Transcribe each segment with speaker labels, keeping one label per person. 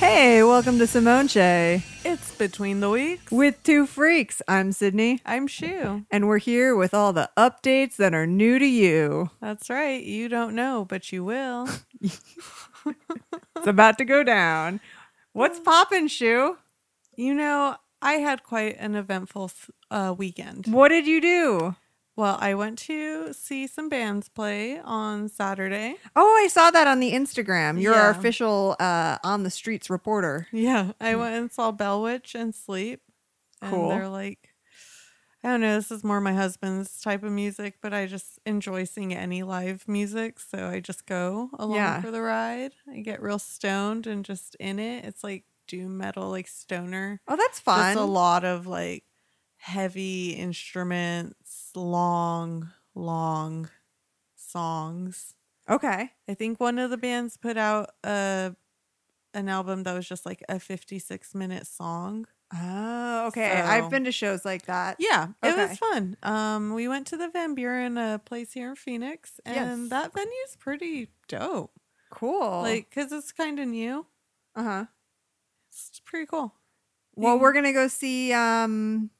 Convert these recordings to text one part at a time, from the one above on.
Speaker 1: welcome to Simone Shay
Speaker 2: It's Between the Weeks.
Speaker 1: with Two Freaks. I'm Sydney,
Speaker 2: I'm Shu.
Speaker 1: and we're here with all the updates that are new to you.
Speaker 2: That's right. You don't know, but you will.
Speaker 1: It's about to go down. What's poppin', Shu?
Speaker 2: You know, I had quite an eventful uh, weekend.
Speaker 1: What did you do?
Speaker 2: Well, I went to see some bands play on Saturday.
Speaker 1: Oh, I saw that on the Instagram. You're our
Speaker 2: Yeah.
Speaker 1: official uh, on the streets reporter.
Speaker 2: Yeah, I went and saw Bellwitch and Sleep.
Speaker 1: Cool.
Speaker 2: And they're like, I don't know, this is more my husband's type of music, but I just enjoy seeing any live music. So I just go along
Speaker 1: Yeah.
Speaker 2: for the ride. I get real stoned and just in it. It's like doom metal, like stoner.
Speaker 1: Oh, that's
Speaker 2: Just
Speaker 1: fun.
Speaker 2: a lot of like heavy instruments, long, long songs.
Speaker 1: Okay.
Speaker 2: I think one of the bands put out a an album that was just like a 56 minute song.
Speaker 1: Oh, okay.
Speaker 2: So-
Speaker 1: I've been to shows like that.
Speaker 2: Yeah, it
Speaker 1: Okay.
Speaker 2: was fun. Um we went to the Van Buren uh, place here in Phoenix and
Speaker 1: Yes.
Speaker 2: that venue's pretty dope.
Speaker 1: Cool.
Speaker 2: Like cuz it's kind of new.
Speaker 1: uh huh.
Speaker 2: It's pretty cool.
Speaker 1: Well,
Speaker 2: you-
Speaker 1: we're gonna go see. um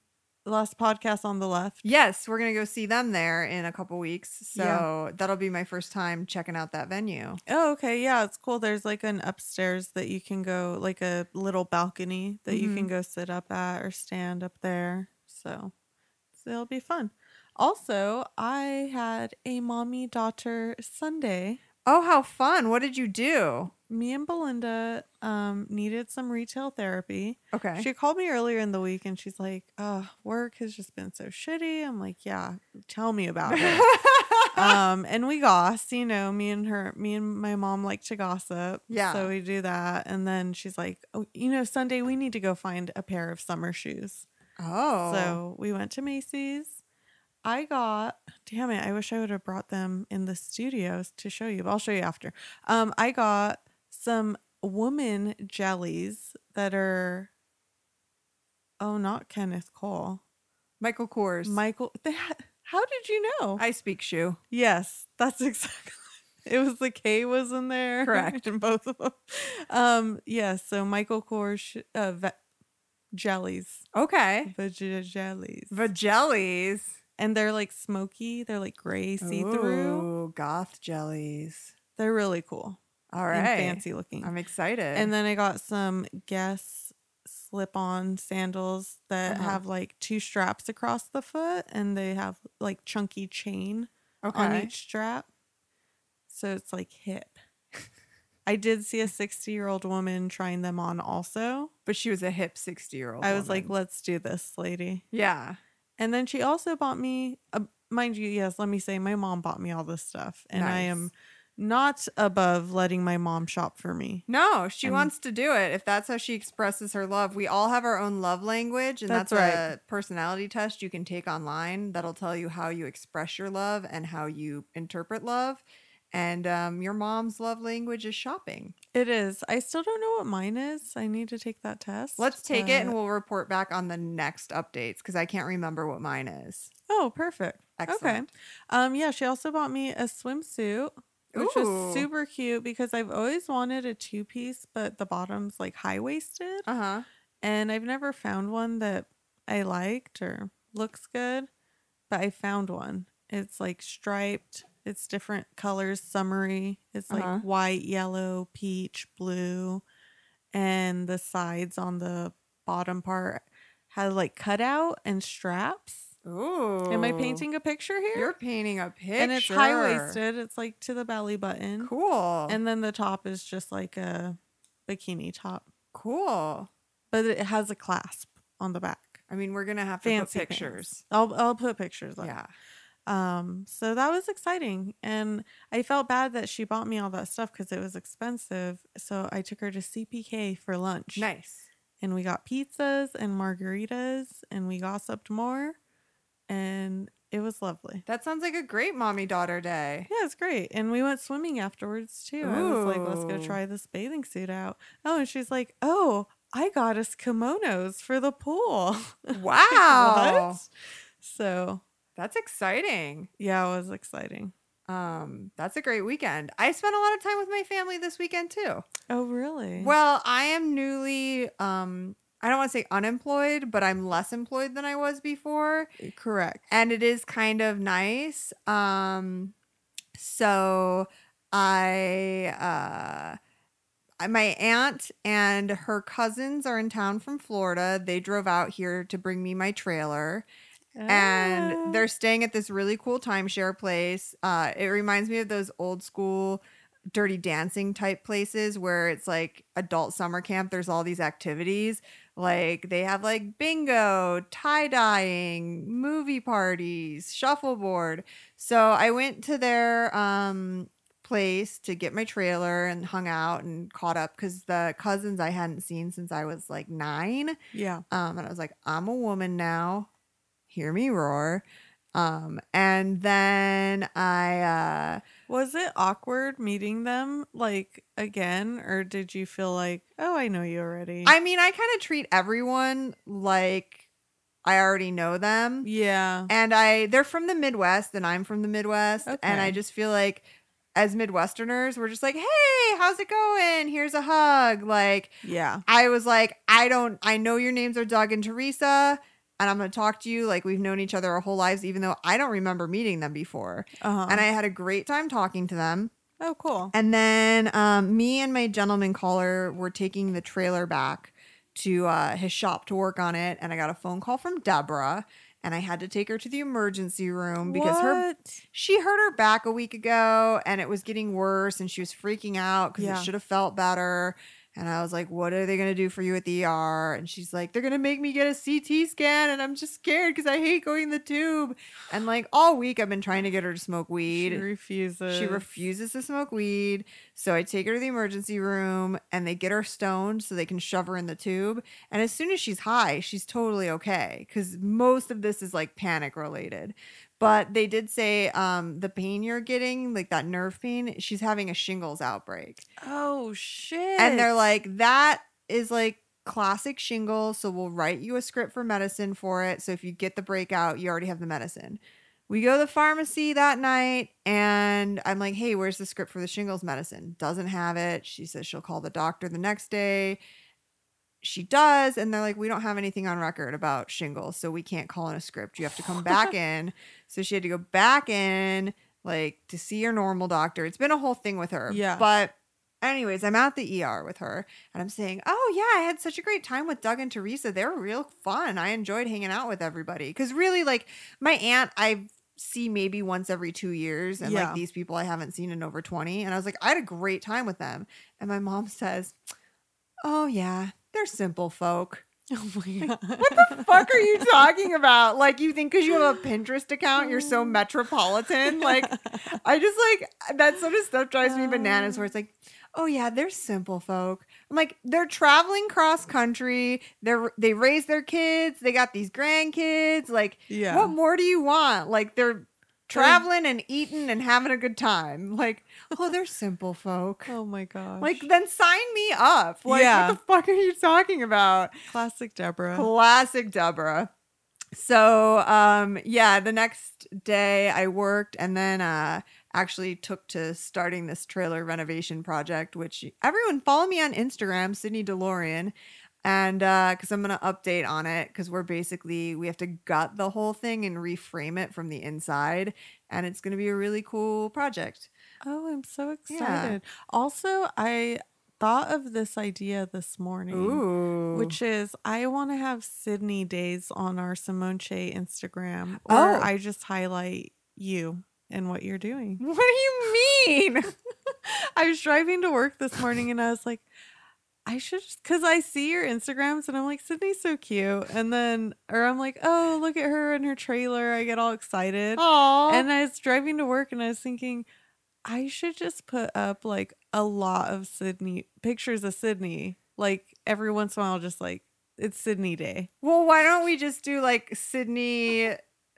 Speaker 2: Last podcast on the left.
Speaker 1: Yes, we're gonna go see them there in a couple weeks. So
Speaker 2: Yeah.
Speaker 1: that'll be my first time checking out that venue.
Speaker 2: Oh, okay. Yeah, it's cool. There's like an upstairs that you can go, like a little balcony that you can go sit up at or stand up there. So, so it'll be fun. Also, I had a mommy daughter Sunday.
Speaker 1: Oh, how fun! What did you do?
Speaker 2: Me and Belinda um, needed some retail therapy.
Speaker 1: Okay.
Speaker 2: She called me earlier in the week and she's like, oh, work has just been so shitty. I'm like, yeah, tell me about it. um, and we goss, you know, me and her, me and my mom like to gossip.
Speaker 1: Yeah.
Speaker 2: So we do that. And then she's like, oh, you know, Sunday we need to go find a pair of summer shoes.
Speaker 1: oh.
Speaker 2: So we went to Macy's. I got, damn it, I wish I would have brought them in the studios to show you, but I'll show you after. Um, I got some woman jellies that are, oh, not Kenneth Cole.
Speaker 1: Michael Kors.
Speaker 2: Michael, how did you know?
Speaker 1: I speak shoe.
Speaker 2: Yes, that's exactly. It was the K was in there,
Speaker 1: Correct.
Speaker 2: In both of them. Um, yes. so Michael Kors uh, ve- jellies,
Speaker 1: Okay.
Speaker 2: vegeta jellies,
Speaker 1: Vajellies.
Speaker 2: and they're like smoky. They're like gray, see through.
Speaker 1: Ooh, goth jellies.
Speaker 2: They're really cool.
Speaker 1: All
Speaker 2: and
Speaker 1: right.
Speaker 2: fancy looking.
Speaker 1: I'm excited.
Speaker 2: and then I got some Guess slip-on sandals that
Speaker 1: Uh-huh.
Speaker 2: have like two straps across the foot, and they have like chunky chain.
Speaker 1: okay.
Speaker 2: on each strap. So it's like hip. I did see a 60 year old woman trying them on also.
Speaker 1: but she was a hip 60 year old.
Speaker 2: I was like, let's do this, lady.
Speaker 1: yeah.
Speaker 2: And then she also bought me, a, mind you, yes, let me say, my mom bought me all this stuff. And I
Speaker 1: Nice.
Speaker 2: am not above letting my mom shop for me.
Speaker 1: No, she
Speaker 2: And-
Speaker 1: wants to do it. If that's how she expresses her love, we all have our own love language, and that's,
Speaker 2: That's
Speaker 1: a personality test you can take online that'll tell you how you express your love and how you interpret love. And um, your mom's love language is shopping.
Speaker 2: It is. I still don't know what mine is. I need to take that test. Uh,
Speaker 1: Let's take it and
Speaker 2: but-
Speaker 1: we'll report back on the next updates because I can't remember what mine is.
Speaker 2: Oh, perfect.
Speaker 1: Excellent.
Speaker 2: Okay. Um, yeah, she also bought me a swimsuit, which
Speaker 1: Ooh.
Speaker 2: was super cute because I've always wanted a two piece, but the bottom's like high waisted.
Speaker 1: Uh huh.
Speaker 2: And I've never found one that I liked or looks good, but I found one. It's like striped, it's different colors, summery. It's like
Speaker 1: Uh-huh.
Speaker 2: white, yellow, peach, blue. And the sides on the bottom part had like cutout and straps.
Speaker 1: Ooh.
Speaker 2: Am I painting a picture here?
Speaker 1: Oh. You're painting a picture.
Speaker 2: and it's high waisted. It's like to the belly button.
Speaker 1: Cool. And
Speaker 2: And then the top is just like a bikini top,
Speaker 1: cool.
Speaker 2: but it has a clasp on the back.
Speaker 1: I mean, we're gonna have to
Speaker 2: Fancy
Speaker 1: put
Speaker 2: pants.
Speaker 1: pictures.
Speaker 2: I'll I'll put pictures up.
Speaker 1: Yeah.
Speaker 2: Um. So that was exciting, and I felt bad that she bought me all that stuff because it was expensive. So I took her to CPK for lunch,
Speaker 1: Nice.
Speaker 2: and we got pizzas and margaritas, and we gossiped more, and it was lovely.
Speaker 1: That sounds like a great mommy daughter day.
Speaker 2: Yeah, it's great. And we went swimming afterwards too. I was like, let's go
Speaker 1: Ooh.
Speaker 2: try this bathing suit out. Oh, and she's like, oh, I got us kimonos for the pool.
Speaker 1: Wow.
Speaker 2: what? So
Speaker 1: That's exciting.
Speaker 2: yeah, it was exciting.
Speaker 1: Um, that's a great weekend. I spent a lot of time with my family this weekend too.
Speaker 2: Oh, really?
Speaker 1: Well, I am newly um I don't want to say unemployed, but I'm less employed than I was before.
Speaker 2: correct.
Speaker 1: and it is kind of nice. Um, so I, uh, I- my aunt and her cousins are in town from Florida. They drove out here to bring me my trailer,
Speaker 2: Ah.
Speaker 1: and they're staying at this really cool timeshare place. Uh, it reminds me of those old school. Dirty dancing type places where it's like adult summer camp. There's all these activities. Like they have like bingo, tie dyeing, movie parties, shuffleboard. So I went to their um, place to get my trailer and hung out and caught up because the cousins I hadn't seen since I was like nine.
Speaker 2: yeah.
Speaker 1: Um, and I was like, I'm a woman now. Hear me roar. Um, and then I, uh,
Speaker 2: Was it awkward meeting them like again, or did you feel like, oh, I know you already?
Speaker 1: I mean, I kind of treat everyone like I already know them.
Speaker 2: yeah.
Speaker 1: and I they're from the Midwest and I'm from the Midwest and I
Speaker 2: Okay.
Speaker 1: just feel like as Midwesterners we're just like hey how's it going here's a hug like
Speaker 2: Yeah.
Speaker 1: I was like I don't I know your names are Doug and Teresa and I'm gonna talk to you like we've known each other our whole lives even though I don't remember meeting them before
Speaker 2: Uh-huh.
Speaker 1: and I had a great time talking to them
Speaker 2: oh, cool.
Speaker 1: and then um, me and my gentleman caller were taking the trailer back to uh, his shop to work on it. And I got a phone call from Deborah, and I had to take her to the emergency room because her
Speaker 2: What?
Speaker 1: she hurt her back a week ago, and it was getting worse, and she was freaking out because
Speaker 2: Yeah.
Speaker 1: it should have felt better. And I was like, "What are they gonna do for you at the ER?" And she's like, "They're gonna make me get a CT scan," and I'm just scared because I hate going in the tube. And like all week, I've been trying to get her to smoke
Speaker 2: she
Speaker 1: weed.
Speaker 2: refuses.
Speaker 1: She refuses to smoke weed. So I take her to the emergency room and they get her stoned so they can shove her in the tube. And as soon as she's high, she's totally okay because most of this is like panic related. But they did say um, the pain you're getting, like that nerve pain, she's having a shingles outbreak.
Speaker 2: Oh shit.
Speaker 1: And they're like, that is like classic shingles. So we'll write you a script for medicine for it. So if you get the breakout, you already have the medicine. We go to the pharmacy that night and I'm like, hey, where's the script for the shingles medicine? Doesn't have it. She says she'll call the doctor the next day. She does. And they're like, we don't have anything on record about shingles. So we can't call in a script. You have to come back in. So she had to go back in, like, to see your normal doctor. It's been a whole thing with her.
Speaker 2: Yeah.
Speaker 1: But, anyways, I'm at the ER with her and I'm saying, oh, yeah, I had such a great time with Doug and Teresa. They were real fun. I enjoyed hanging out with everybody. Because, really, like, my aunt, I see maybe once every two years and
Speaker 2: Yeah.
Speaker 1: like these people i haven't seen in over 20 and i was like i had a great time with them and my mom says oh yeah they're simple folk
Speaker 2: oh my god.
Speaker 1: fuck are you talking about like you think because you have a pinterest account you're so
Speaker 2: Um.
Speaker 1: metropolitan like i just like that sort of stuff drives me bananas where it's like oh yeah they're simple folk i'm like they're traveling cross country they're they raise their kids they got these grandkids like
Speaker 2: Yeah.
Speaker 1: what more do you want? Like they're traveling and eating and having a good time. Like, oh, they're simple folk.
Speaker 2: Oh my gosh.
Speaker 1: Like, then sign me up. Like,
Speaker 2: Yeah.
Speaker 1: what the fuck are you talking about?
Speaker 2: classic Deborah.
Speaker 1: Classic Deborah. So, um, yeah, the next day I worked and then uh, actually took to starting this trailer renovation project, which everyone follow me on Instagram, Sydney DeLorean. And because I'm going to update on it, because we're basically, we have to gut the whole thing and reframe it from the inside. And it's going to be a really cool project.
Speaker 2: Oh, I'm so
Speaker 1: Yeah.
Speaker 2: excited. Also, I thought of this idea this morning.
Speaker 1: Ooh.
Speaker 2: Which is, I want to have Sydney days on our Simone Che Instagram, or
Speaker 1: Oh.
Speaker 2: I just highlight you and what you're doing.
Speaker 1: what do you mean?
Speaker 2: I was driving to work this morning and I was like, I should just because I see your Instagrams and I'm like, Sydney's so cute. And then, or I'm like, oh, look at her and her trailer. I get all excited.
Speaker 1: Aww.
Speaker 2: And I was driving to work and I was thinking, I should just put up like a lot of Sydney pictures of Sydney. Like every once in a while, just like it's Sydney Day.
Speaker 1: Well, why don't we just do like Sydney,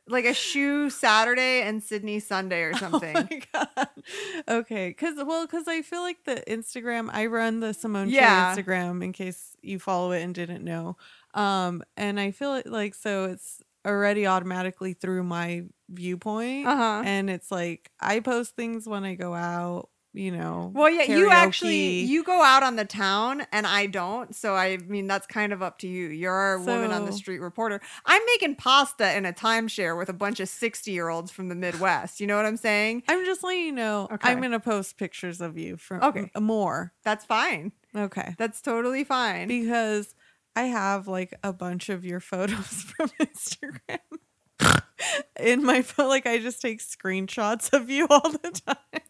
Speaker 1: like a shoe Saturday and Sydney Sunday or something?
Speaker 2: Oh my god. Okay, because well, because I feel like the Instagram I run the Simone Che
Speaker 1: Yeah.
Speaker 2: Instagram in case you follow it and didn't know. Um, and I feel it like so it's already automatically through my viewpoint.
Speaker 1: Uh huh.
Speaker 2: And it's like I post things when I go out, you know.
Speaker 1: Well, yeah, you actually
Speaker 2: karaoke.
Speaker 1: you go out on the town and I don't. So I mean, that's kind of up to you. You're a woman on the
Speaker 2: So-
Speaker 1: street reporter. I'm making pasta in a timeshare with a bunch of 60 year olds from the Midwest. You know what I'm saying?
Speaker 2: I'm just letting you know
Speaker 1: Okay.
Speaker 2: I'm going to post pictures of you from
Speaker 1: Okay.
Speaker 2: m- more.
Speaker 1: That's fine.
Speaker 2: Okay.
Speaker 1: That's totally fine.
Speaker 2: Because I have like a bunch of your photos from Instagram. In my phone, like I just take screenshots of you all the time.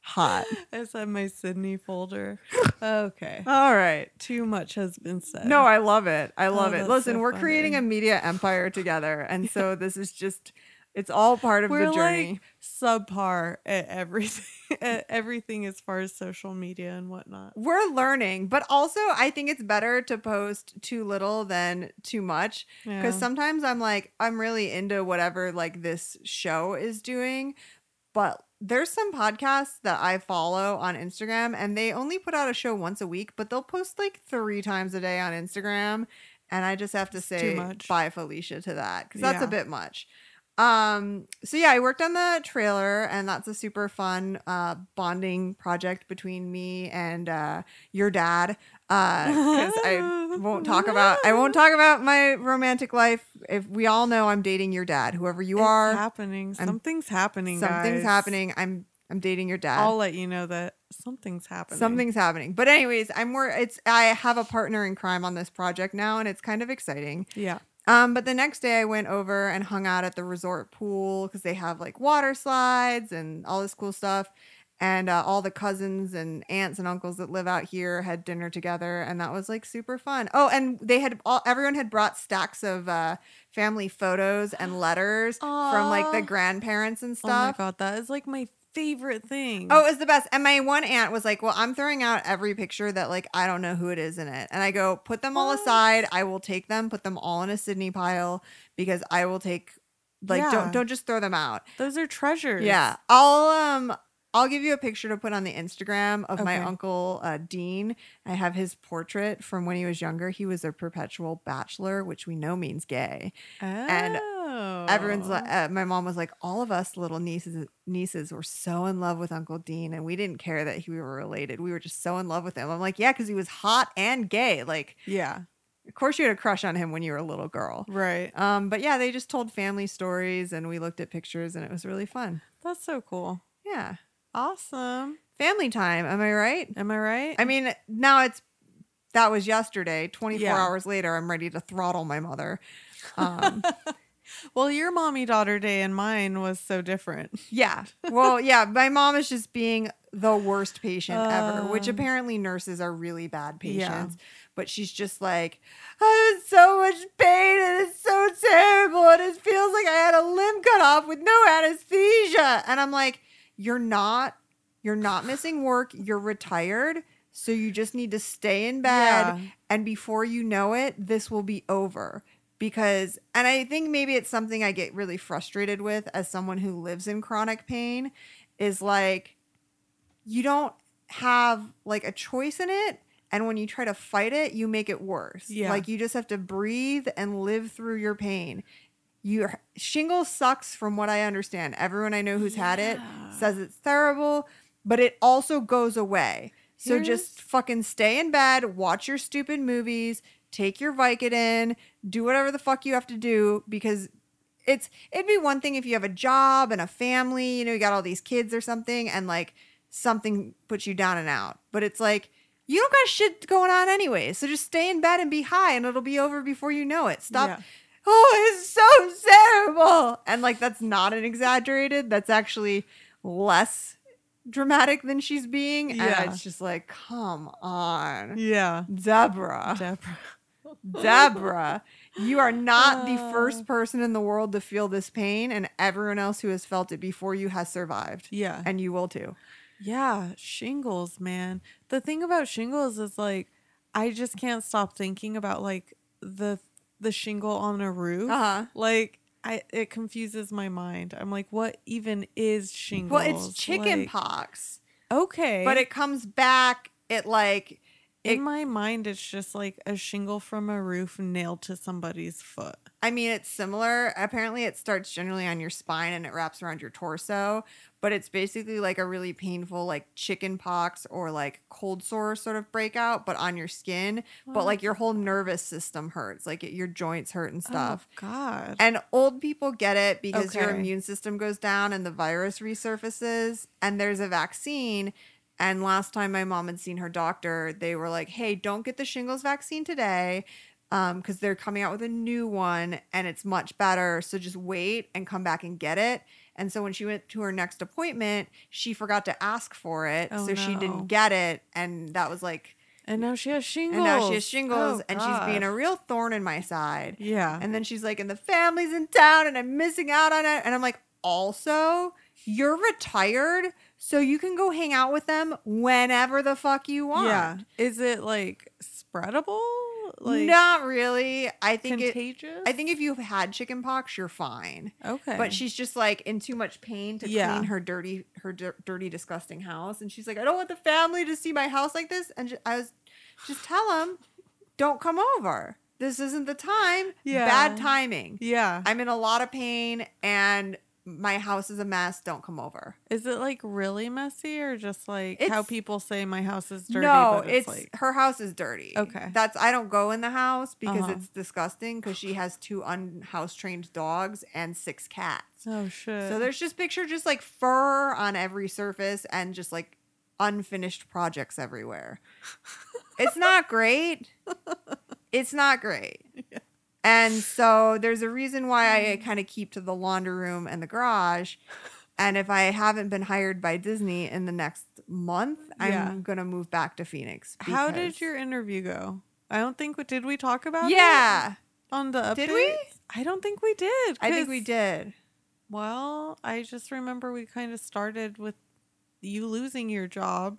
Speaker 1: hot.
Speaker 2: It's in my Sydney folder. Okay.
Speaker 1: All right.
Speaker 2: Too much has been said.
Speaker 1: No, I love it. I love it.
Speaker 2: Oh, that's
Speaker 1: Listen,
Speaker 2: so
Speaker 1: we're creating a
Speaker 2: funny.
Speaker 1: media empire together. And so this is just, it's all part of
Speaker 2: we're
Speaker 1: the journey.
Speaker 2: like subpar at everything, at everything as far as social media and whatnot.
Speaker 1: we're learning, but also I think it's better to post too little than too much.
Speaker 2: Yeah.
Speaker 1: Because sometimes I'm like, I'm really into whatever like this show is doing, but there's some podcasts that I follow on Instagram and they only put out a show once a week, but they'll post like three times a day on Instagram. And I just have to
Speaker 2: too
Speaker 1: say
Speaker 2: much.
Speaker 1: bye Felicia to that because that's a
Speaker 2: Yeah.
Speaker 1: bit much. Um, so yeah, I worked on the trailer and that's a super fun uh bonding project between me and uh your dad. Uh 'cause I won't talk about I won't talk about my romantic life. If we all know I'm dating your dad, whoever you
Speaker 2: It's
Speaker 1: are,
Speaker 2: happening.
Speaker 1: I'm-
Speaker 2: Something's happening.
Speaker 1: something's
Speaker 2: guys.
Speaker 1: happening. I'm I'm dating your dad.
Speaker 2: I'll let you know that something's happening.
Speaker 1: Something's happening. But anyways, I'm more it's I have a partner in crime on this project now and it's kind of exciting.
Speaker 2: Yeah.
Speaker 1: Um, but the next day I went over and hung out at the resort pool because they have like water slides and all this cool stuff. And uh, all the cousins and aunts and uncles that live out here had dinner together, and that was like super fun. Oh, and they had all everyone had brought stacks of uh, family photos and letters from like the
Speaker 2: Aw.
Speaker 1: grandparents and
Speaker 2: Oh my
Speaker 1: stuff.
Speaker 2: god, that is like my favorite thing.
Speaker 1: Oh, it was the best. And my one aunt was like, Well, I'm throwing out every picture that like I don't know who it is in it. And I go, put them all
Speaker 2: What?
Speaker 1: aside. I will take them, put them all in a Sydney pile because I will take like
Speaker 2: Yeah.
Speaker 1: don't don't just throw them out.
Speaker 2: those are treasures.
Speaker 1: Yeah. I'll um I'll give you a picture to put on the Instagram of my
Speaker 2: Okay.
Speaker 1: uncle uh, Dean. I have his portrait from when he was younger. He was a perpetual bachelor, which we know means gay. and Everyone's
Speaker 2: Oh.
Speaker 1: like, uh, my mom was like, all of us little nieces nieces were so in love with Uncle Dean, and we didn't care that he, we were related. We were just so in love with him. I'm like, yeah, because he was hot and gay. Like,
Speaker 2: Yeah.
Speaker 1: of course you had a crush on him when you were a little girl.
Speaker 2: Right.
Speaker 1: Um, but yeah, they just told family stories, and we looked at pictures, and it was really fun.
Speaker 2: That's so cool.
Speaker 1: Yeah,
Speaker 2: Awesome.
Speaker 1: family time. Am I right?
Speaker 2: Am I right?
Speaker 1: I mean, now it's that was yesterday. 24
Speaker 2: Yeah.
Speaker 1: hours later, I'm ready to throttle my mother. Um,
Speaker 2: well, your mommy daughter day and mine was so different.
Speaker 1: Yeah. Well, yeah, my mom is just being the worst patient ever, which
Speaker 2: Um,
Speaker 1: apparently nurses are really bad
Speaker 2: Yeah.
Speaker 1: patients. But she's just like, I'm in so much pain and it's so terrible and it feels like I had a limb cut off with no anesthesia. And I'm like, you're not you're not missing work, you're retired, so you just need to stay in bed
Speaker 2: Yeah.
Speaker 1: and before you know it, this will be over. Because, and I think maybe it's something I get really frustrated with as someone who lives in chronic pain is like, you don't have like a choice in it. And when you try to fight it, you make it worse.
Speaker 2: Yeah.
Speaker 1: Like, you just have to breathe and live through your pain. Your shingle sucks from what I understand. Everyone I know who's had it
Speaker 2: Yeah.
Speaker 1: says it's terrible, but it also goes away. So
Speaker 2: Here's-
Speaker 1: just fucking stay in bed, watch your stupid movies, take your Vicodin, do whatever the fuck you have to do because it's it'd be one thing if you have a job and a family, you know, you got all these kids or something and like something puts you down and out. But it's like you don't got shit going on anyway. So just stay in bed and be high and it'll be over before you know it. Stop
Speaker 2: Yeah.
Speaker 1: oh, it's so terrible. And like, that's not an exaggerated, that's actually less dramatic than she's being. And
Speaker 2: Yeah.
Speaker 1: it's just like, come on,
Speaker 2: Yeah.
Speaker 1: Deborah,
Speaker 2: Deborah.
Speaker 1: Deborah, you are not the
Speaker 2: Uh.
Speaker 1: first person in the world to feel this pain, and everyone else who has felt it before you has survived.
Speaker 2: Yeah.
Speaker 1: And you will too.
Speaker 2: Yeah, shingles, man. The thing about shingles is like I just can't stop thinking about like the the shingle on a roof.
Speaker 1: Uh-huh.
Speaker 2: Like I it confuses my mind. I'm like what even is shingles?
Speaker 1: Well, it's chicken
Speaker 2: Like,
Speaker 1: pox,
Speaker 2: Okay.
Speaker 1: but it comes back. It like
Speaker 2: In
Speaker 1: It-
Speaker 2: my mind, it's just like a shingle from a roof nailed to somebody's foot.
Speaker 1: I mean, it's similar. Apparently, it starts generally on your spine and it wraps around your torso, but it's basically like a really painful, like chicken pox or like cold sore sort of breakout, but on your skin. But like your whole nervous system hurts, like your joints hurt and stuff.
Speaker 2: Oh, God.
Speaker 1: And old people get it because your
Speaker 2: Okay.
Speaker 1: immune system goes down and the virus resurfaces, and there's a vaccine. And last time my mom had seen her doctor, they were like, hey, don't get the shingles vaccine today because they're coming out with a new one and it's much better. So just wait and come back and get it. And so when she went to her next appointment, she forgot to ask for it.
Speaker 2: Oh,
Speaker 1: so she
Speaker 2: no.
Speaker 1: didn't get it. And that was like,
Speaker 2: And now she has shingles.
Speaker 1: and now she has
Speaker 2: Oh,
Speaker 1: shingles and she's being
Speaker 2: God.
Speaker 1: a real thorn in my side.
Speaker 2: Yeah.
Speaker 1: And then she's like, and the family's in town and I'm missing out on it. And I'm like, also, you're retired, so you can go hang out with them whenever the fuck you want.
Speaker 2: Yeah. Is it like spreadable? Like
Speaker 1: Not really. I think it,
Speaker 2: contagious?
Speaker 1: I think if you've had chickenpox, you're fine.
Speaker 2: Okay.
Speaker 1: But she's just like in too much pain to
Speaker 2: Yeah.
Speaker 1: clean her dirty, her dir- dirty, disgusting house, and she's like, I don't want the family to see my house like this. And ju- I was, just tell them, don't come over. This isn't the time.
Speaker 2: Yeah.
Speaker 1: Bad timing.
Speaker 2: Yeah.
Speaker 1: I'm in a lot of pain and my house is a mess. Don't come over.
Speaker 2: Is it like really messy or just like how
Speaker 1: It's-
Speaker 2: people say my house is dirty?
Speaker 1: no,
Speaker 2: but
Speaker 1: it's,
Speaker 2: it's, like
Speaker 1: her house is dirty.
Speaker 2: Okay.
Speaker 1: That's I don't go in the house because
Speaker 2: Uh-huh.
Speaker 1: it's disgusting because she has two unhouse trained dogs and six cats.
Speaker 2: oh shit.
Speaker 1: So there's just picture just like fur on every surface and just like unfinished projects everywhere. it's not great. It's not great. And so there's a reason why I
Speaker 2: Mm.
Speaker 1: kind of keep to the laundry room and the garage. And if I haven't been hired by Disney in the next month,
Speaker 2: Yeah.
Speaker 1: I'm gonna move back to Phoenix.
Speaker 2: how did
Speaker 1: because-
Speaker 2: your interview go? I don't think we did we talk about it
Speaker 1: Yeah,
Speaker 2: on the update?
Speaker 1: Did we?
Speaker 2: I don't think we did.
Speaker 1: I think we
Speaker 2: 'cause-
Speaker 1: did.
Speaker 2: Well, I just remember we kind of started with you losing your job.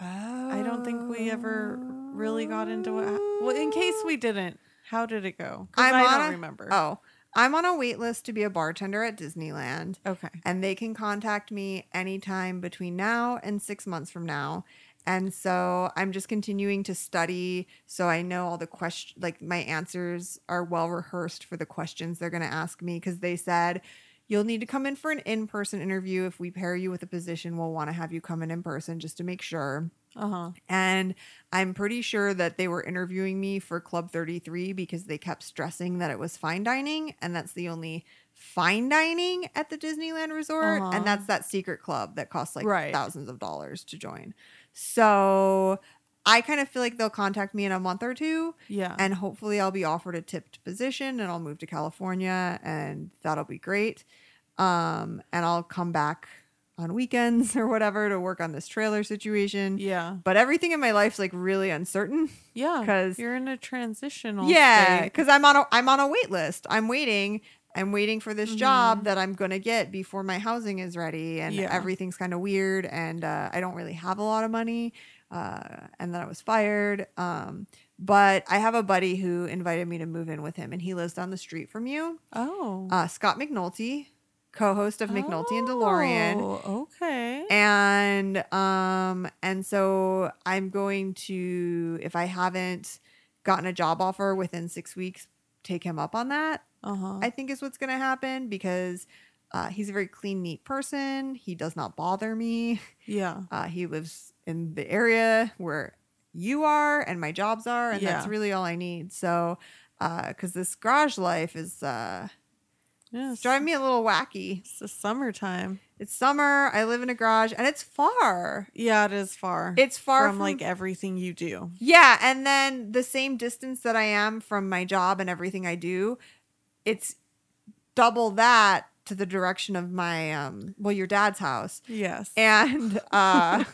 Speaker 1: Oh.
Speaker 2: I don't think we ever really got into what. hap- Well, in case we didn't, how did it go? 'Cause
Speaker 1: I'm
Speaker 2: I
Speaker 1: on
Speaker 2: don't
Speaker 1: a-
Speaker 2: remember.
Speaker 1: Oh, I'm on a wait list to be a bartender at Disneyland.
Speaker 2: okay.
Speaker 1: and they can contact me anytime between now and six months from now. And so I'm just continuing to study so I know all the question like my answers are well rehearsed for the questions they're going to ask me because they said you'll need to come in for an in-person interview if we pair you with a position we'll want to have you come in in person just to make sure.
Speaker 2: Uh huh.
Speaker 1: And I'm pretty sure that they were interviewing me for Club 33 because they kept stressing that it was fine dining. And that's the only fine dining at the Disneyland Resort.
Speaker 2: Uh-huh.
Speaker 1: And that's that secret club that costs like
Speaker 2: Right.
Speaker 1: thousands of dollars to join. So I kind of feel like they'll contact me in a month or two.
Speaker 2: Yeah.
Speaker 1: And hopefully, I'll be offered a tipped position and I'll move to California and that'll be great. Um, and I'll come back on weekends or whatever to work on this trailer situation
Speaker 2: yeah.
Speaker 1: but everything in my life's like really uncertain.
Speaker 2: Yeah.
Speaker 1: 'Cause-
Speaker 2: you're in a transitional.
Speaker 1: yeah,
Speaker 2: state.
Speaker 1: because I'm on a I'm on a wait list. I'm waiting. I'm waiting for this job that I'm gonna get before my housing is ready, and
Speaker 2: Mm-hmm. Yeah.
Speaker 1: everything's kind of weird, and uh, I don't really have a lot of money, uh, and then I was fired. Um, but I have a buddy who invited me to move in with him, and he lives down the street from you.
Speaker 2: Oh.
Speaker 1: Uh, Scott McNulty, co-host of McNulty and DeLorean,
Speaker 2: Oh, okay.
Speaker 1: and um and so i'm going to if i haven't gotten a job offer within six weeks take him up on that
Speaker 2: Uh huh.
Speaker 1: i think is what's going to happen because uh, he's a very clean neat person he does not bother me
Speaker 2: Yeah.
Speaker 1: uh, he lives in the area where you are and my jobs are and that's
Speaker 2: Yeah.
Speaker 1: really all i need so because this garage life is uh,
Speaker 2: Yeah.
Speaker 1: it's
Speaker 2: It's,
Speaker 1: driving me a little wacky
Speaker 2: it's the summertime.
Speaker 1: it's summer i live in a garage and it's far
Speaker 2: Yeah, it is far.
Speaker 1: it's far
Speaker 2: from, like everything you do.
Speaker 1: Yeah, and then the same distance that I am from my job and everything I do, it's double that to the direction of my um well your dad's house.
Speaker 2: Yes.
Speaker 1: And uh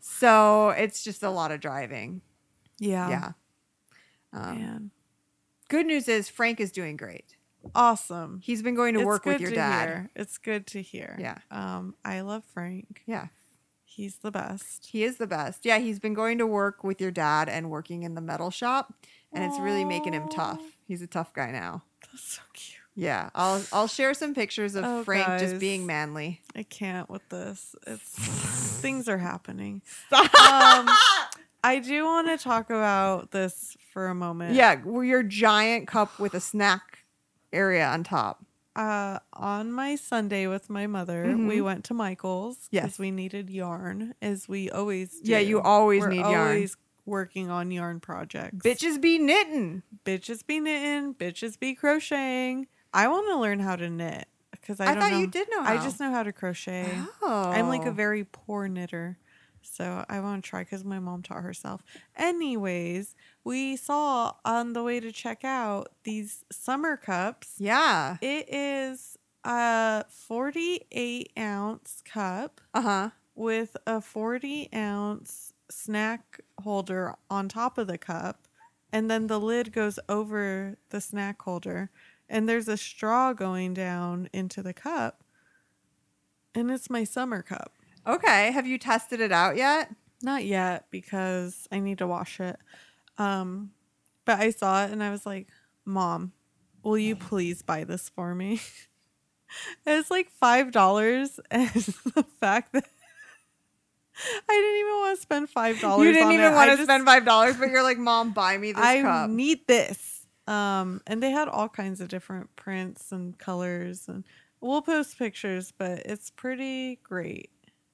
Speaker 1: so it's just a lot of driving.
Speaker 2: yeah.
Speaker 1: Yeah. Um,
Speaker 2: Man.
Speaker 1: good news is Frank is doing great.
Speaker 2: Awesome.
Speaker 1: He's been going to
Speaker 2: It's
Speaker 1: work with
Speaker 2: good
Speaker 1: your
Speaker 2: to
Speaker 1: dad.
Speaker 2: Hear. It's good to hear.
Speaker 1: Yeah.
Speaker 2: Um, I love Frank.
Speaker 1: Yeah.
Speaker 2: He's the best.
Speaker 1: He is the best. Yeah, he's been going to work with your dad and working in the metal shop and it's really making him tough.
Speaker 2: Aw.
Speaker 1: He's a tough guy now.
Speaker 2: That's so cute.
Speaker 1: Yeah, I'll I'll share some pictures of
Speaker 2: Oh,
Speaker 1: Frank
Speaker 2: guys.
Speaker 1: just being manly.
Speaker 2: I can't with this. It's things are happening.
Speaker 1: Stop.
Speaker 2: Um, I do want to talk about this for a moment.
Speaker 1: Yeah, well, your giant cup with a snack area on top.
Speaker 2: Uh, on my Sunday with my mother, we
Speaker 1: Mhm.
Speaker 2: went to Michael's
Speaker 1: Yes.
Speaker 2: we needed yarn, as we always do.
Speaker 1: Yeah, you always
Speaker 2: We're
Speaker 1: need yarn.
Speaker 2: always working on yarn projects.
Speaker 1: Bitches be knitting.
Speaker 2: bitches be knitting, bitches be crocheting. I want to learn how to knit because I,
Speaker 1: I,
Speaker 2: don't
Speaker 1: thought
Speaker 2: know.
Speaker 1: you did know.
Speaker 2: I
Speaker 1: how.
Speaker 2: just know how to crochet.
Speaker 1: Oh.
Speaker 2: I'm like a very poor knitter. So I want to try because my mom taught herself. Anyways, we saw on the way to check out these summer cups.
Speaker 1: yeah.
Speaker 2: It is a 48 ounce cup
Speaker 1: Uh huh.
Speaker 2: with a 40 ounce snack holder on top of the cup. And then the lid goes over the snack holder. And there's a straw going down into the cup. And it's my summer cup.
Speaker 1: Okay. Have you tested it out yet?
Speaker 2: Not yet because I need to wash it. Um, but I saw it and I was like, Mom, will
Speaker 1: Mm.
Speaker 2: you please buy this for me? it's like five dollars, and the fact that I didn't even want to spend five dollars.
Speaker 1: You didn't even want to spend
Speaker 2: Five
Speaker 1: five dollars, but you're like, Mom, buy me this
Speaker 2: I
Speaker 1: cup.
Speaker 2: need this. Um, and they had all kinds of different prints and colors, and we'll post pictures, but it's pretty great.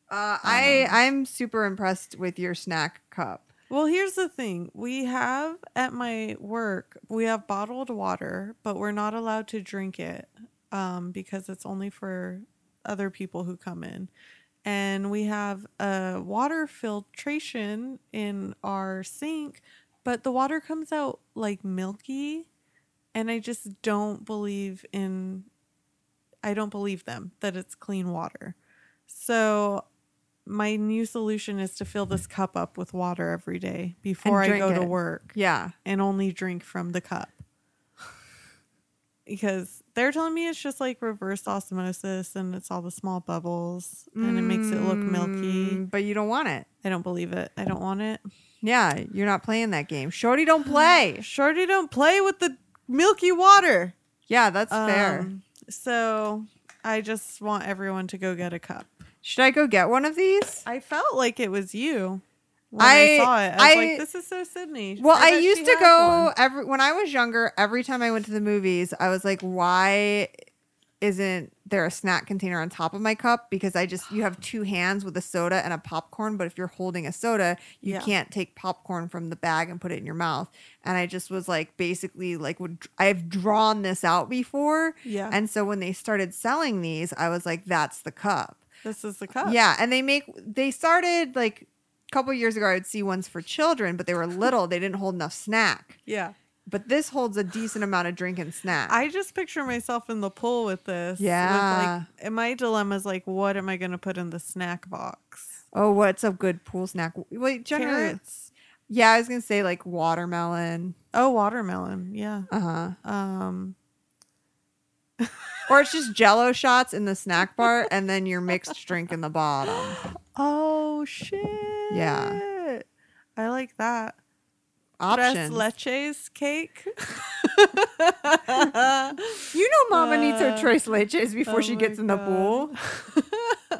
Speaker 1: Uh, I
Speaker 2: Um,
Speaker 1: I'm super impressed with your snack cup.
Speaker 2: Well, here's the thing. We have at my work, we have bottled water, but we're not allowed to drink it um, because it's only for other people who come in. And we have a water filtration in our sink, but the water comes out like milky. And I just don't believe in, I don't believe them that it's clean water. So my new solution is to fill this cup up with water every day before I
Speaker 1: drink
Speaker 2: go to
Speaker 1: it.
Speaker 2: work
Speaker 1: Yeah.
Speaker 2: and only drink from the cup. Because they're telling me it's just like reverse osmosis and it's all the small bubbles and it makes it look milky.
Speaker 1: Mm, but you don't want it.
Speaker 2: I don't believe it. I don't want it.
Speaker 1: Yeah, you're not playing that game. Shorty don't play.
Speaker 2: Shorty don't play with the milky water.
Speaker 1: Yeah, that's fair.
Speaker 2: Um, So I just want everyone to go get a cup.
Speaker 1: Should I go get one of these?
Speaker 2: I felt like it was you when I,
Speaker 1: I-
Speaker 2: saw it. I was
Speaker 1: I-
Speaker 2: like, this is so Sydney.
Speaker 1: Well,
Speaker 2: Or
Speaker 1: I
Speaker 2: that she
Speaker 1: used to
Speaker 2: has
Speaker 1: go
Speaker 2: one.
Speaker 1: every when I was younger, every time I went to the movies, I was like, why isn't there a snack container on top of my cup? Because I just you have two hands with a soda and a popcorn, but if you're holding a soda, you
Speaker 2: Yeah.
Speaker 1: can't take popcorn from the bag and put it in your mouth. And I just was like basically like would I've drawn this out before.
Speaker 2: Yeah.
Speaker 1: And so when they started selling these, I was like, that's the cup.
Speaker 2: This is the cup.
Speaker 1: Yeah, and they make they started like a couple years ago. I would see ones for children, but they were little. they didn't hold enough snack.
Speaker 2: Yeah.
Speaker 1: But this holds a decent amount of drink and snack.
Speaker 2: I just picture myself in the pool with this. with,
Speaker 1: Yeah.
Speaker 2: like, and my dilemma is like, what am I going to put in the snack box?
Speaker 1: oh, what's a good pool snack? Wait, generally,
Speaker 2: Carrots.
Speaker 1: yeah, I was gonna say like watermelon.
Speaker 2: Oh, watermelon. Yeah.
Speaker 1: Uh huh.
Speaker 2: Um.
Speaker 1: Or it's just Jello shots in the snack bar, and then your mixed drink in the bottom.
Speaker 2: Oh shit. Yeah. I like that.
Speaker 1: Options.
Speaker 2: Tres leches cake.
Speaker 1: you know, Mama needs her
Speaker 2: Uh,
Speaker 1: tres leches before
Speaker 2: Oh
Speaker 1: she
Speaker 2: my
Speaker 1: gets in the
Speaker 2: God.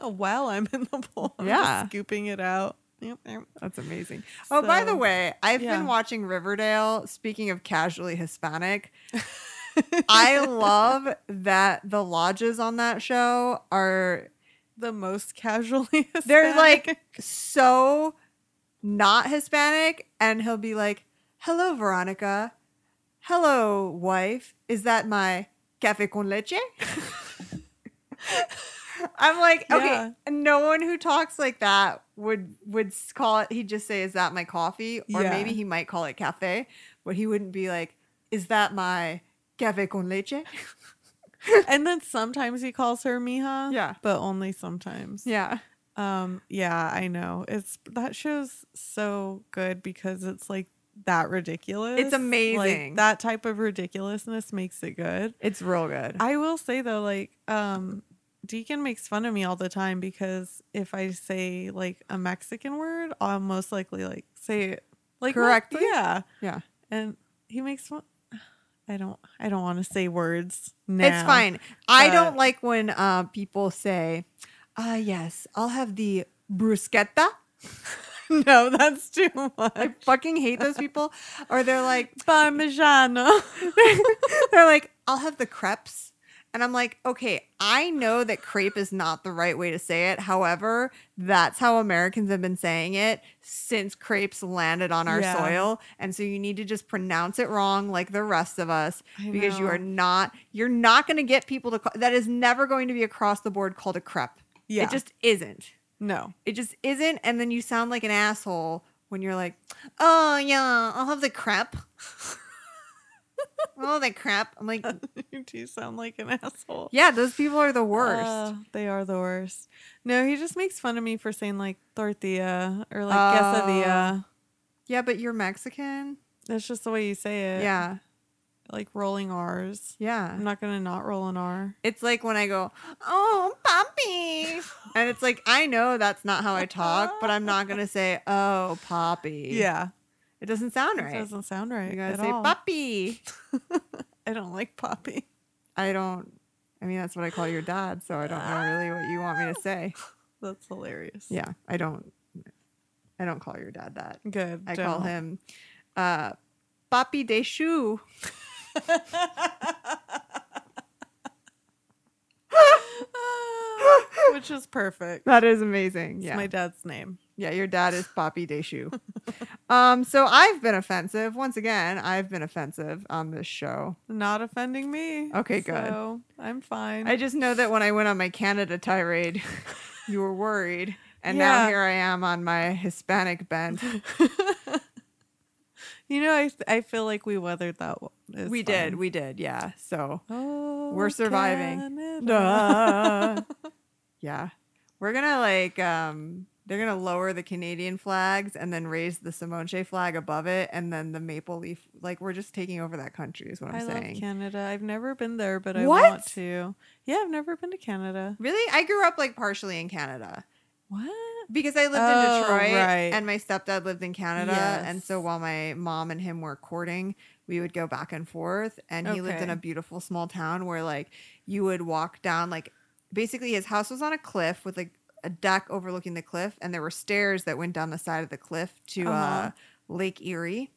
Speaker 1: pool.
Speaker 2: While I'm in the pool, I'm just
Speaker 1: Yeah.
Speaker 2: scooping it out. Yep, yep.
Speaker 1: That's amazing. Oh, by the
Speaker 2: So,
Speaker 1: way, I've
Speaker 2: yeah.
Speaker 1: been watching Riverdale. Speaking of casually Hispanic, I love that the lodges on that show are
Speaker 2: the most casually.
Speaker 1: they're
Speaker 2: Hispanic.
Speaker 1: like so not Hispanic and he'll be like, "Hello Veronica. Hello wife. Is that my café con leche?" I'm like,
Speaker 2: Yeah.
Speaker 1: okay, no one who talks like that would would s- call it he'd just say, "Is that my coffee?" or
Speaker 2: Yeah.
Speaker 1: maybe he might call it cafe, but he wouldn't be like, "Is that my café con leche?"
Speaker 2: and then sometimes he calls her Mija.
Speaker 1: Yeah.
Speaker 2: But only sometimes.
Speaker 1: Yeah.
Speaker 2: Um, yeah, I know. It's that show's so good because it's like that ridiculous. Like,
Speaker 1: amazing.
Speaker 2: that type of ridiculousness makes it good.
Speaker 1: It's real good.
Speaker 2: I will say though, like, um, Deacon makes fun of me all the time because if I say like a Mexican word, I'll most likely like say it like not-
Speaker 1: Correctly?
Speaker 2: Yeah.
Speaker 1: yeah.
Speaker 2: And he makes fun. I don't. I don't want to say words. Now.
Speaker 1: It's fine. I
Speaker 2: but-
Speaker 1: don't like when uh, people say, "Ah, yes, I'll have the bruschetta."
Speaker 2: no, that's too
Speaker 1: I
Speaker 2: much.
Speaker 1: fucking hate those people. Or they're like,
Speaker 2: Parmigiano.
Speaker 1: they're like, I'll have the crepes. And I'm like, okay, I know that crepe is not the right way to say it. However, that's how Americans have been saying it since crepes landed on our
Speaker 2: Yeah.
Speaker 1: soil. And so you need to just pronounce it wrong like the rest of us
Speaker 2: I
Speaker 1: because you
Speaker 2: know.
Speaker 1: are not, you're not going to get people to, call, that is never going to be across the board called a crepe.
Speaker 2: yeah.
Speaker 1: It just isn't.
Speaker 2: no.
Speaker 1: It just isn't. And then you sound like an asshole when you're like, oh, yeah, I'll have the crepe. oh, the crepe. I'm like,
Speaker 2: you do sound like an asshole.
Speaker 1: yeah, those people are the worst.
Speaker 2: Uh, they are the worst. No, he just makes fun of me for saying like tortilla or like
Speaker 1: Oh.
Speaker 2: quesadilla.
Speaker 1: yeah, but you're Mexican.
Speaker 2: That's just the way you say it.
Speaker 1: Yeah.
Speaker 2: Like rolling R's.
Speaker 1: Yeah.
Speaker 2: I'm not going to not roll an R.
Speaker 1: It's like when I go, oh, Poppy. and it's like, I know that's not how I talk, but I'm not going to say, oh, Poppy.
Speaker 2: Yeah.
Speaker 1: It doesn't sound
Speaker 2: It
Speaker 1: right.
Speaker 2: doesn't sound right.
Speaker 1: You gotta
Speaker 2: at
Speaker 1: say
Speaker 2: all.
Speaker 1: puppy.
Speaker 2: I don't like Poppy.
Speaker 1: I don't. I mean, that's what I call your dad, so I don't know really what you want me to say.
Speaker 2: That's hilarious.
Speaker 1: Yeah, I don't. I don't call your dad that.
Speaker 2: Good.
Speaker 1: I call
Speaker 2: don't.
Speaker 1: him uh, Papi de Shoe.
Speaker 2: Which is perfect.
Speaker 1: That is amazing.
Speaker 2: It's
Speaker 1: Yeah,
Speaker 2: my dad's name.
Speaker 1: yeah. Your dad is Papi de Shoe. um, so I've been offensive once again. I've been offensive on this show.
Speaker 2: Not offending me.
Speaker 1: Okay, good.
Speaker 2: So I'm fine.
Speaker 1: I just know that when I went on my Canada tirade, you were worried, and now
Speaker 2: Yeah.
Speaker 1: here I am on my Hispanic bent.
Speaker 2: you know, I, I feel like we weathered that. w- as
Speaker 1: we
Speaker 2: fine.
Speaker 1: did, we did, yeah. So
Speaker 2: Oh,
Speaker 1: We're surviving.
Speaker 2: Canada.
Speaker 1: Duh. yeah. We're gonna like um they're gonna lower the Canadian flags and then raise the Simonche flag above it and then the maple leaf like we're just taking over that country is what I'm
Speaker 2: I love
Speaker 1: saying.
Speaker 2: Canada. I've never been there, but I
Speaker 1: What?
Speaker 2: want to. Yeah, I've never been to Canada.
Speaker 1: really? I grew up like partially in Canada.
Speaker 2: What?
Speaker 1: Because I lived
Speaker 2: Oh,
Speaker 1: in Detroit
Speaker 2: right.
Speaker 1: and my stepdad lived in Canada. And
Speaker 2: Yes.
Speaker 1: so while my mom and him were courting, we would go back and forth. And he lived in
Speaker 2: Okay.
Speaker 1: a beautiful small town where like you would walk down like basically his house was on a cliff with like a deck overlooking the cliff and there were stairs that went down the side of the cliff to uh
Speaker 2: Uh-huh.
Speaker 1: Lake Erie.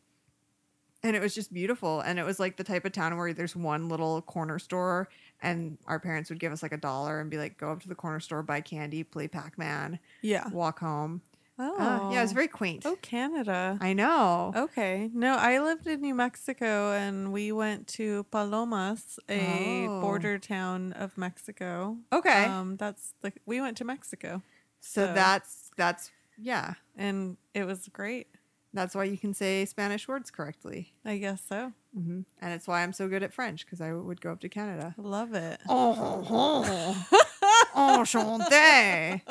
Speaker 1: And it was just beautiful. And it was like the type of town where there's one little corner store and our parents would give us like a dollar and be like, go up to the corner store, buy candy, play Pac-Man
Speaker 2: Yeah.
Speaker 1: walk home.
Speaker 2: Oh,
Speaker 1: Uh, yeah, it was very quaint.
Speaker 2: Oh, Canada.
Speaker 1: I know.
Speaker 2: Okay. No, I lived in New Mexico and we went to Palomas, a
Speaker 1: Oh.
Speaker 2: border town of Mexico.
Speaker 1: Okay.
Speaker 2: Um, that's the we went to Mexico
Speaker 1: so,
Speaker 2: so-
Speaker 1: that's that's yeah.
Speaker 2: and it was great.
Speaker 1: That's why you can say Spanish words correctly,
Speaker 2: I guess so.
Speaker 1: hmm and it's why I'm so good at French because I would go up to Canada.
Speaker 2: Love it.
Speaker 1: Oh, oh, oh, enchanté.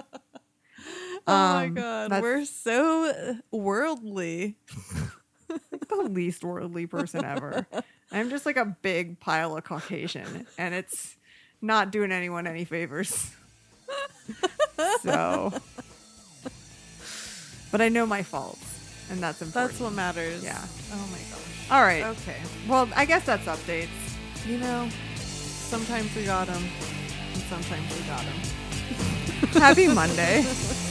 Speaker 2: Oh my
Speaker 1: Um,
Speaker 2: god,
Speaker 1: that's-
Speaker 2: we're so uh, worldly.
Speaker 1: Like the least worldly person ever. I'm just like a big pile of Caucasian, and it's not doing anyone any favors. so, but I know my faults, and that's important.
Speaker 2: That's what matters.
Speaker 1: Yeah.
Speaker 2: Oh my gosh.
Speaker 1: All right.
Speaker 2: Okay.
Speaker 1: Well, I guess that's updates.
Speaker 2: You know, sometimes we got them, and sometimes we got them.
Speaker 1: Happy Monday.